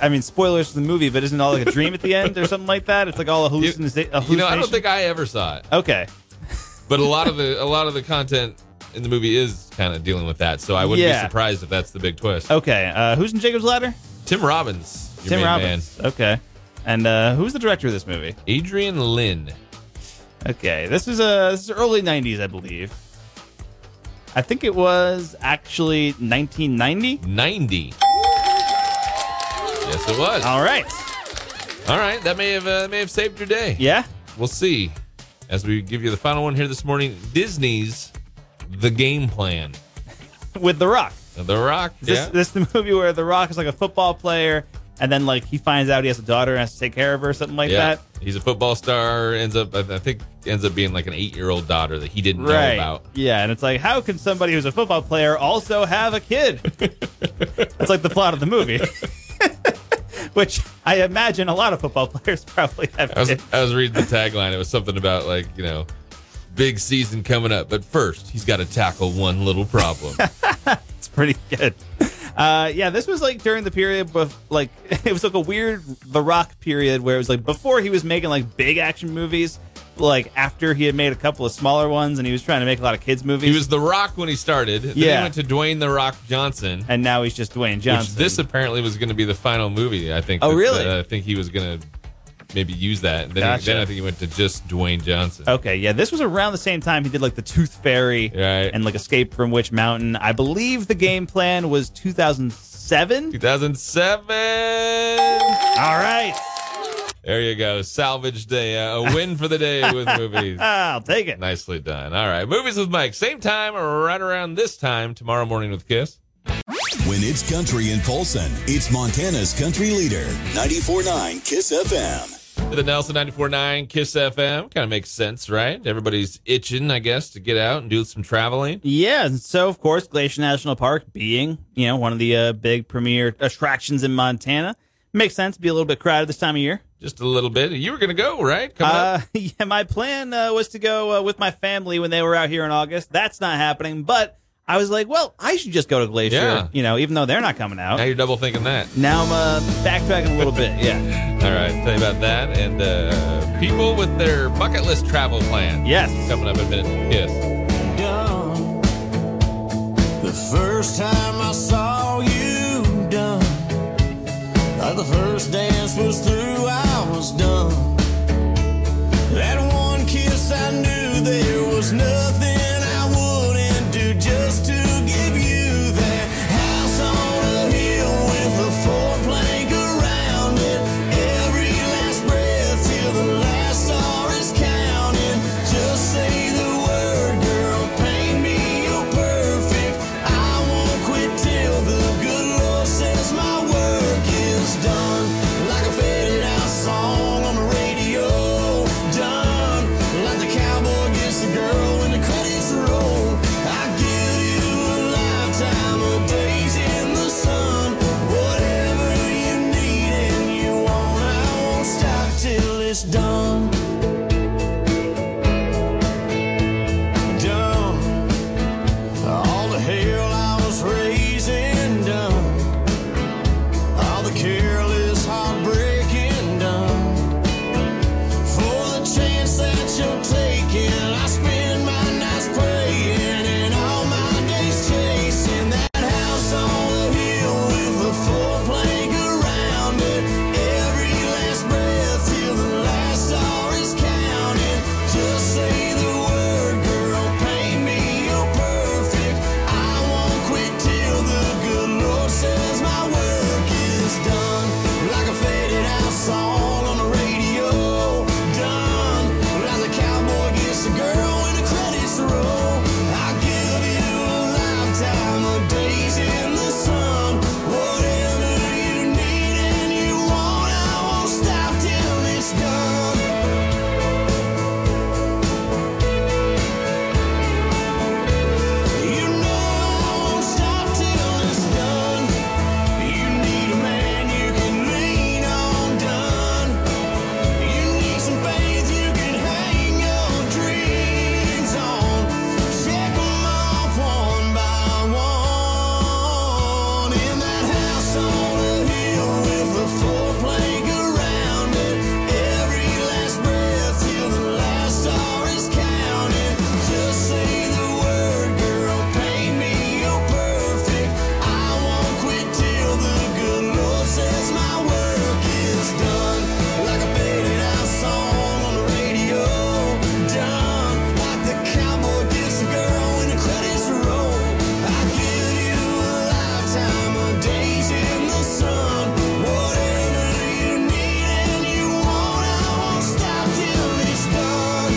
S3: I mean, spoilers for the movie, but isn't it all like a dream at the end or something like that? It's like all a,
S2: You,
S3: hallucina- a hallucination.
S2: you know, I don't think I ever saw it,
S3: Okay,
S2: but a lot of the a lot of the content in the movie is kind of dealing with that. So I wouldn't
S3: Yeah.
S2: be surprised if that's the big twist.
S3: okay. Uh, who's in Jacob's Ladder?
S2: Tim Robbins. your
S3: Tim
S2: main
S3: Robbins. Okay, and uh, who's the director of this movie?
S2: man. Adrian Lynn.
S3: Okay, this is a this is early '90s, I believe. I think it was actually 1990.
S2: 90. Yes, it was.
S3: All right.
S2: All right, that may have uh, may have saved your day.
S3: Yeah.
S2: We'll see. As we give you the final one here this morning, Disney's The Game Plan.
S3: With The Rock.
S2: The Rock.
S3: This,
S2: yeah.
S3: this is the movie where The Rock is like a football player, and then like he finds out he has a daughter and has to take care of her or something like
S2: yeah.
S3: that.
S2: He's a football star. Ends up, I I think, ends up being like an eight-year-old daughter that he didn't know
S3: Right.
S2: about.
S3: Yeah, and it's like, how can somebody who's a football player also have a kid? That's like the plot of the movie. Which I imagine a lot of football players probably have
S2: I was,
S3: kids.
S2: I was reading the tagline. It was something about like you know, big season coming up, but first he's got to tackle one little problem.
S3: It's pretty good. Uh, yeah, this was like during the period of like it was like a weird The Rock period where it was like before he was making like big action movies, like after he had made a couple of smaller ones and he was trying to make a lot of kids movies.
S2: He was The Rock when he started. Then
S3: Yeah.
S2: he went to Dwayne The Rock Johnson,
S3: and now he's just Dwayne
S2: which
S3: Johnson.
S2: this apparently was going to be the final movie. I think.
S3: Oh,
S2: that-
S3: really?
S2: uh, I think he was going to maybe use that. And then,
S3: Gotcha. Oh.
S2: then I think he went to just Dwayne Johnson.
S3: Okay, yeah, this was around the same time he did like the Tooth Fairy
S2: Right.
S3: and like Escape from Witch Mountain. I believe the game plan was 2007.
S2: 2007.
S3: All right,
S2: There you go. Salvaged a, uh, a win for the day with movies.
S3: I'll take it.
S2: Nicely done. All right. Movies with Mike. Same time, right around this time, tomorrow morning with Kiss.
S1: When it's country in Polson, it's Montana's country leader, 94.9 Kiss FM.
S2: The Nelson 94.9 Kiss FM. Kind of makes sense, right? Everybody's itching, I guess, to get out and do some traveling.
S3: Yeah, and so of course Glacier National Park being, you know, one of the uh, big premier attractions in Montana, makes sense to be a little bit crowded this time of year.
S2: Just a little bit. You were going to go, right? Come on.
S3: Uh, yeah, my plan uh, was to go uh, with my family when they were out here in August. That's not happening, but I was like, well, I should just go to Glacier,
S2: Yeah.
S3: you know, even though they're not coming out.
S2: Now you're double thinking that.
S3: Now I'm uh, backtracking a little bit. Yeah.
S2: All right. Tell you about that. And uh, people with their bucket list travel plans.
S3: Yes.
S2: Coming up in a minute with Kiss.
S6: done. The first time I saw you done. Like the first dance was through, I was done. That one kiss, I knew there was nothing I wouldn't do just to give you that house on a hill with a four plank around it. Every last breath till the last star is counted. Just say the word, girl, paint me your perfect. I won't quit till the good Lord says my work is done. Like a faded out song on the radio, done. Like the cowboy gets the girl when the credits roll. I give you a lifetime of days in the sun. Whatever you need and you want, I won't stop till it's done. Done. All the hell I was raising done. All the careless heartbreaking done. For the chance that you're taking, I spend my nights praying and all my days chasing that house on the hill with the four plank around it. Every last breath till the last hour is counted. Just say the word, girl, paint me your perfect. I won't quit till the good Lord says my work is done. Like a faded out song on the radio, done. Like the cowboy gets the girl when the credits roll. I give you a lifetime of days in the sun. Whatever you need and you want, I won't stop till it's done. You know I won't stop till it's done. You need a man you can lean on, done. You need some faith you can hang your dreams on. Check 'em off one by one. In that house on a hill with the four plank around it. Every last breath till the last star is counted. Just say the word, girl. Paint me your perfect. I won't quit till the good Lord says my work is done. Like a faded out song on the radio, done. Like the cowboy gets the girl when the credits roll. I give you a lifetime of days in the sun. Whatever you need and you want, I won't stop till it's done.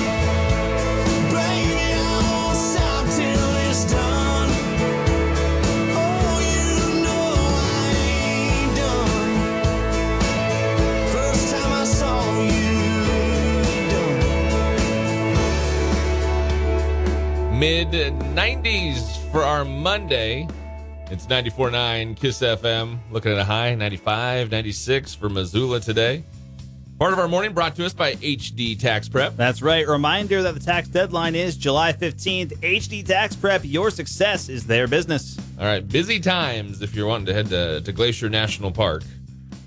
S6: Baby, I won't stop till it's done. Oh, you know I ain't done. First time I saw you done.
S2: Mid 90s for our Monday. It's 94.9 Kiss FM. Looking at a high 95, 96 for Missoula today. Part of our morning brought to us by HD Tax Prep.
S3: That's right. Reminder that the tax deadline is July 15th. HD Tax Prep, your success is their business.
S2: All right, busy times if you're wanting to head to, to Glacier National Park,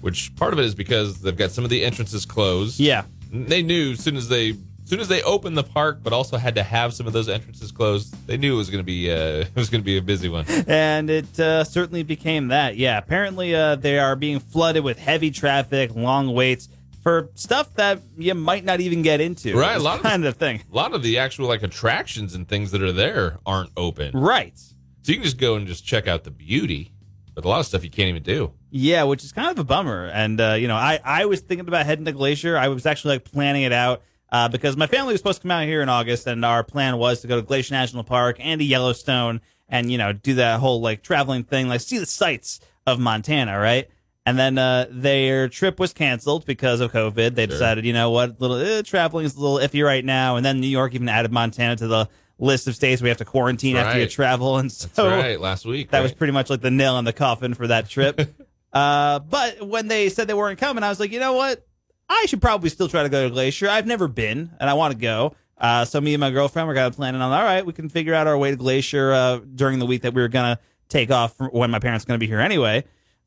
S2: which part of it is because they've got some of the entrances closed.
S7: Yeah.
S2: they knew as soon as they as soon as they opened the park, but also had to have some of those entrances closed. They knew it was going to be uh, it was going to be a busy one.
S3: and it uh, certainly became that. Yeah, apparently uh, they are being flooded with heavy traffic, long waits for stuff that you might not even get into.
S2: Right, a
S3: It's
S2: lot of-
S3: kind of thing.
S2: A lot of the actual like attractions and things that are there aren't open,
S3: Right.
S2: so you can just go and just check out the beauty. But a lot of stuff you can't even do.
S3: Yeah, which is kind of a bummer. And uh, you know, I I was thinking about heading to Glacier. I was actually like planning it out. Uh, because my family was supposed to come out here in August, and our plan was to go to Glacier National Park and to Yellowstone, and you know, do that whole like traveling thing, like see the sights of Montana, right? And then uh, their trip was canceled because of COVID. They decided, you know what, little eh, traveling is a little iffy right now. And then New York even added Montana to the list of states we have to quarantine after you
S2: Right.
S3: travel, and so
S2: That's right, last week
S3: Oh, that
S2: right?
S3: was pretty much like the nail in the coffin for that trip. uh, but when they said they weren't coming, I was like, you know what? I should probably still try to go to Glacier. I've never been, and I want to go. Uh, so me and my girlfriend were kind of planning on, all right, we can figure out our way to Glacier uh, during the week that we were gonna take off from when my parents were gonna be here anyway.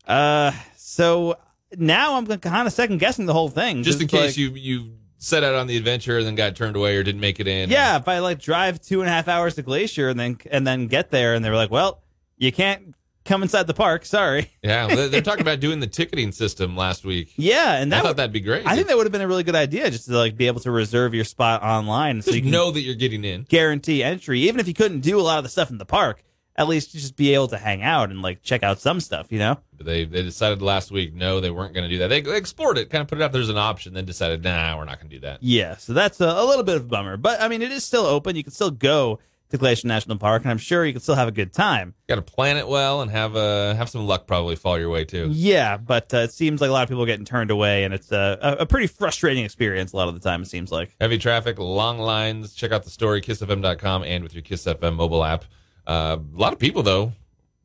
S3: Uh, so now I'm kind of second guessing the whole thing,
S2: just in
S3: like-
S2: case you you set out on the adventure and then got turned away or didn't make it in.
S3: Yeah, if I like drive two and a half hours to Glacier and then and then get there, and they were like, well, you can't come inside the park. Sorry.
S2: yeah. They're they're talking about doing the ticketing system last week.
S3: Yeah, and
S2: I
S3: that
S2: thought
S3: would-
S2: that'd be great.
S3: I think that would have been a really good idea, just to like be able to reserve your spot online, so
S2: just
S3: you can
S2: know that you're getting in.
S3: guarantee entry. Even if you couldn't do a lot of the stuff in the park, at least you just be able to hang out and like check out some stuff, you know?
S2: But they they decided last week no, they weren't going to do that. They, they explored it, kind of put it out there as an option, then decided nah, we're not going to do that.
S3: Yeah, so that's a, a little bit of a bummer, but I mean, it is still open. You can still go to Glacier National Park, and I'm sure you can still have a good time.
S2: Got to plan it well and have uh, have some luck probably fall your way too.
S3: Yeah, but uh, it seems like a lot of people are getting turned away, and it's a, a, a pretty frustrating experience a lot of the time. It seems like.
S2: Heavy traffic, long lines. Check out the story, kissfm.com, and with your Kiss FM mobile app. Uh, a lot of people though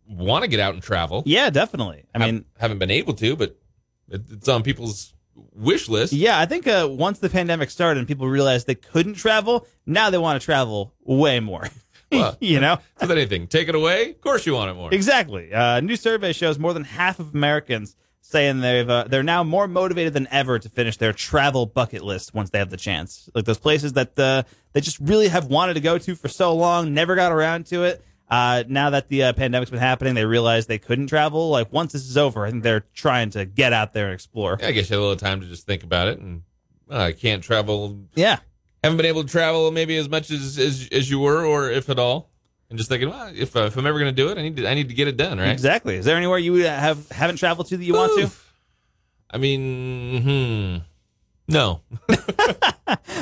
S2: want to get out and travel.
S3: Yeah, definitely. I mean,
S2: haven't been able to, but it, it's on people's wish list.
S3: Yeah, I think uh, once the pandemic started and people realized they couldn't travel, now they want to travel way more.
S2: Well,
S3: you know?
S2: So that anything, take it away. Of course, you want it more.
S3: Exactly. Uh, a new survey shows more than half of Americans saying they've uh, they're now more motivated than ever to finish their travel bucket list once they have the chance. Like those places that uh, they just really have wanted to go to for so long, never got around to it. Uh, now that the uh, pandemic's been happening, they realize they couldn't travel. Like once this is over, I think they're trying to get out there and explore.
S2: I guess you had a little time to just think about it, and uh, I can't travel.
S3: Yeah.
S2: Haven't been able to travel maybe as much as as, as you were, or if at all. And just thinking, well, if, uh, if I'm ever going to do it, I need to I need to get it done, right?
S3: Exactly. Is there anywhere you uh, have haven't traveled to that you want to?
S2: Oof. I mean, hmm. No,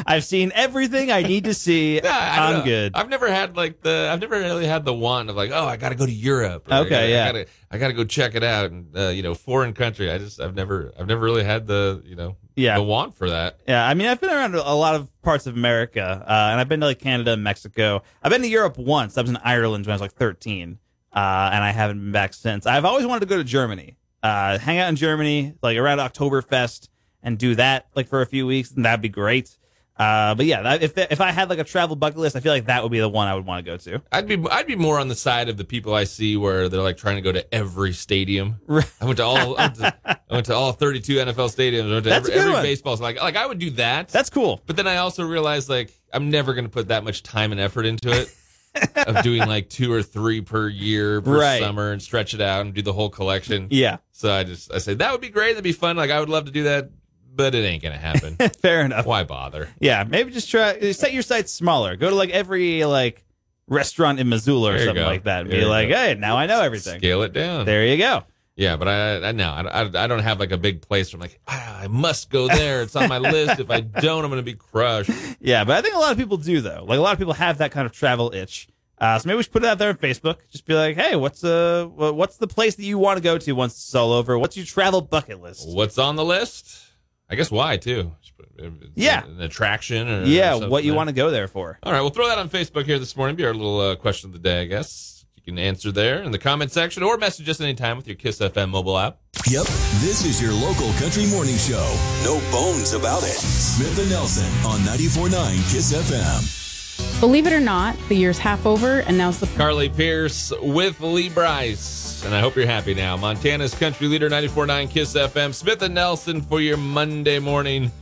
S3: I've seen everything I need to see.
S2: Yeah, I don't
S3: I'm
S2: know.
S3: good.
S2: I've never had like the. I've never really had the want of like, oh, I got to go to Europe. or, I
S3: Okay,
S2: gotta,
S3: yeah.
S2: I gotta, I gotta go check it out, and uh, you know, foreign country. I just, I've never, I've never really had the, you know,
S3: Yeah.
S2: the want for that.
S3: yeah, I mean, I've been around a lot of parts of America, uh, and I've been to like Canada and Mexico. I've been to Europe once. I was in Ireland when I was like 13, uh, and I haven't been back since. I've always wanted to go to Germany, uh, hang out in Germany, like around Oktoberfest, and do that like for a few weeks, and that'd be great. Uh, but yeah, that, if that- if I had like a travel bucket list, I feel like that would be the one I would want to go to.
S2: I'd be, I'd be more on the side of the people I see where they're like trying to go to every stadium.
S3: Right.
S2: I went to all, I went to, I went to all 32 NFL stadiums. I went to
S3: That's a
S2: every,
S3: good
S2: every
S3: one.
S2: baseball. Like, like I would do that.
S3: That's cool.
S2: But then I also realized like I'm never going to put that much time and effort into it of doing like two or three per year per
S3: Right.
S2: summer and stretch it out and do the whole collection.
S3: Yeah,
S2: So I just I say that would be great, that'd be fun. Like I would love to do that, but it ain't going to happen.
S3: fair enough.
S2: Why bother?
S3: Yeah, maybe just try set your sights smaller. Go to like every like restaurant in Missoula or
S2: There you
S3: something
S2: go.
S3: like that, and
S2: There
S3: be
S2: you
S3: like,
S2: go.
S3: "Hey, now I know everything."
S2: Scale it down.
S3: There you go.
S2: Yeah, but I, I no, I, I I don't have like a big place. Where I'm like ah, I must go there. It's on my list. If I don't, I'm going to be crushed.
S3: Yeah, but I think a lot of people do though. Like a lot of people have that kind of travel itch. Uh, so maybe we should put it out there on Facebook. Just be like, "Hey, what's uh, wh- what's the place that you want to go to once it's all over? What's your travel bucket list?"
S2: What's on the list? I guess why too. Just put- uh,
S3: Yeah.
S2: an attraction or
S3: yeah, what you
S2: want.
S3: want to go there for?
S2: All right, we'll throw that on Facebook here this morning. Be our little uh, question of the day, I guess. You can answer there in the comment section or message us anytime with your Kiss FM mobile app.
S1: Yep, this is your local country morning show. No bones about it. Smith and Nelson on 94.9 Kiss FM.
S8: Believe it or not, the year's half over, and now's the
S2: Carly Pierce with Lee Bryce. And I hope you're happy now. Montana's country leader, 94.9 KISS FM. Smith and Nelson for your Monday morning.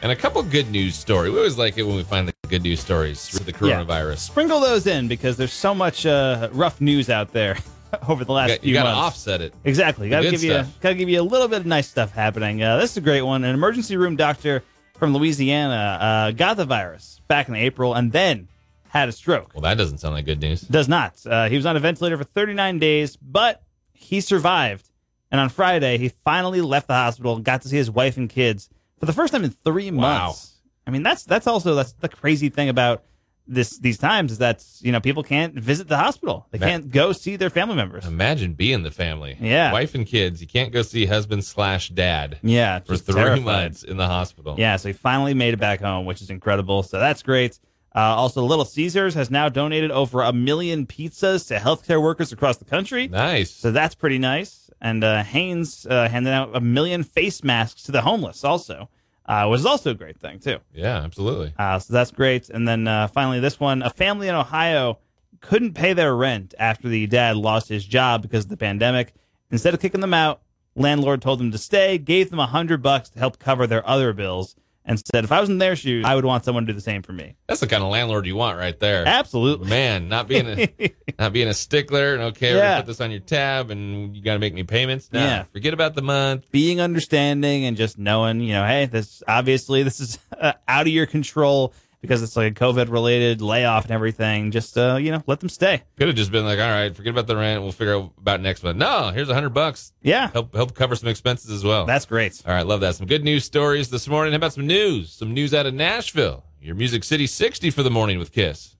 S2: And a couple good news story. We always like it when we find the good news stories for the
S3: Yeah.
S2: coronavirus.
S3: Sprinkle those in because there's so much uh, rough news out there over the last
S2: You got-
S3: few
S2: You got to
S3: months.
S2: offset it.
S3: Exactly. Got to
S2: good
S3: give you
S2: stuff.
S3: got to give you a little bit of nice stuff happening. Uh, this is a great one. An emergency room doctor from Louisiana uh, got the virus back in April and then had a stroke.
S2: Well, that doesn't sound like good news.
S3: Does not. Uh, he was on a ventilator for 39 days, but he survived. And on Friday, he finally left the hospital and got to see his wife and kids for the first time in three
S2: Wow.
S3: months. I mean, that's that's also that's the crazy thing about this these times is that you know people can't visit the hospital. They
S2: Man.
S3: can't go see their family members.
S2: Imagine being the family.
S3: Yeah.
S2: Wife and kids. You can't go see husband slash dad
S3: Yeah,
S2: for
S3: just
S2: three
S3: terrified.
S2: months in the hospital.
S3: Yeah, so he finally made it back home, which is incredible. So that's great. Uh, also, Little Caesars has now donated over a million pizzas to healthcare workers across the country.
S2: Nice.
S3: So that's pretty nice. And uh, Haynes uh, handed out a million face masks to the homeless, also, uh, which is also a great thing, too.
S2: Yeah, absolutely.
S3: Uh, so that's great. And then uh, finally, this one a family in Ohio couldn't pay their rent after the dad lost his job because of the pandemic. Instead of kicking them out, landlord told them to stay, gave them a hundred bucks to help cover their other bills, and said, if I was in their shoes, I would want someone to do the same for me.
S2: That's the kind of landlord you want right there.
S3: Absolutely.
S2: Man, not being a not being a stickler and okay, we're
S3: Yeah.
S2: gonna put this on your tab and you gotta make me payments. Nah,
S3: Yeah.
S2: Forget about the month.
S3: Being understanding and just knowing, you know, hey, this obviously this is uh, out of your control because it's like a COVID related layoff and everything. Just, uh, you know, let them stay.
S2: Could have just been like, all right, forget about the rent, we'll figure out about next month. No, here's a hundred bucks.
S3: Yeah,
S2: Help help cover some expenses as well.
S3: that's great.
S2: all right, love that. Some good news stories this morning. How about some news? Some news out of Nashville. Your Music City 60 for the morning with KISS.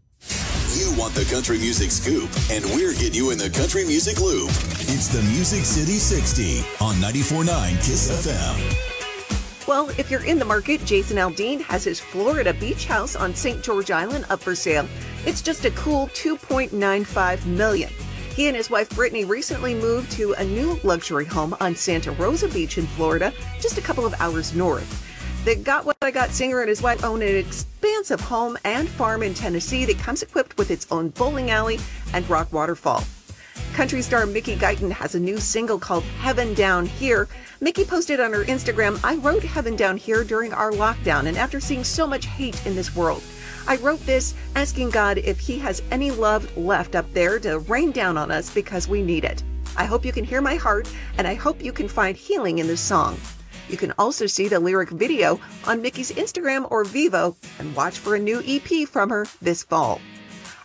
S1: You want the country music scoop, and we're getting you in the country music loop. It's the Music City 60 on 94.9 KISS FM.
S4: Well, if you're in the market, Jason Aldean has his Florida beach house on St. George Island up for sale. It's just a cool 2.95 million. He and his wife Brittany recently moved to a new luxury home on Santa Rosa Beach in Florida, just a couple of hours north. The Got What I Got singer and his wife own an expansive home and farm in Tennessee that comes equipped with its own bowling alley and rock waterfall. Country star Mickey Guyton has a new single called Heaven Down Here. Mickey posted on her Instagram, I wrote Heaven Down Here during our lockdown and after seeing so much hate in this world. I wrote this asking God if He has any love left up there to rain down on us because we need it. I hope you can hear my heart and I hope you can find healing in this song. You can also see the lyric video on Mickey's Instagram or Vivo and watch for a new EP from her this fall.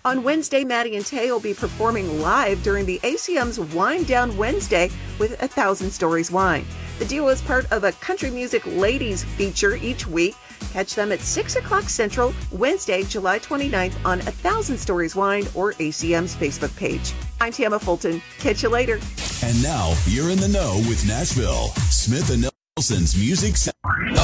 S4: On Wednesday, Maddie and Tay will be performing live during the ACM's Wind Down Wednesday with A Thousand Stories Wine. The duo is part of a Country Music Ladies feature each week. Catch them at 6 o'clock Central, Wednesday, July 29th on A Thousand Stories Wine or ACM's Facebook page. I'm Tama Fulton. Catch you later.
S1: And now you're in the know with Nashville. Smith and Nelson's Music City.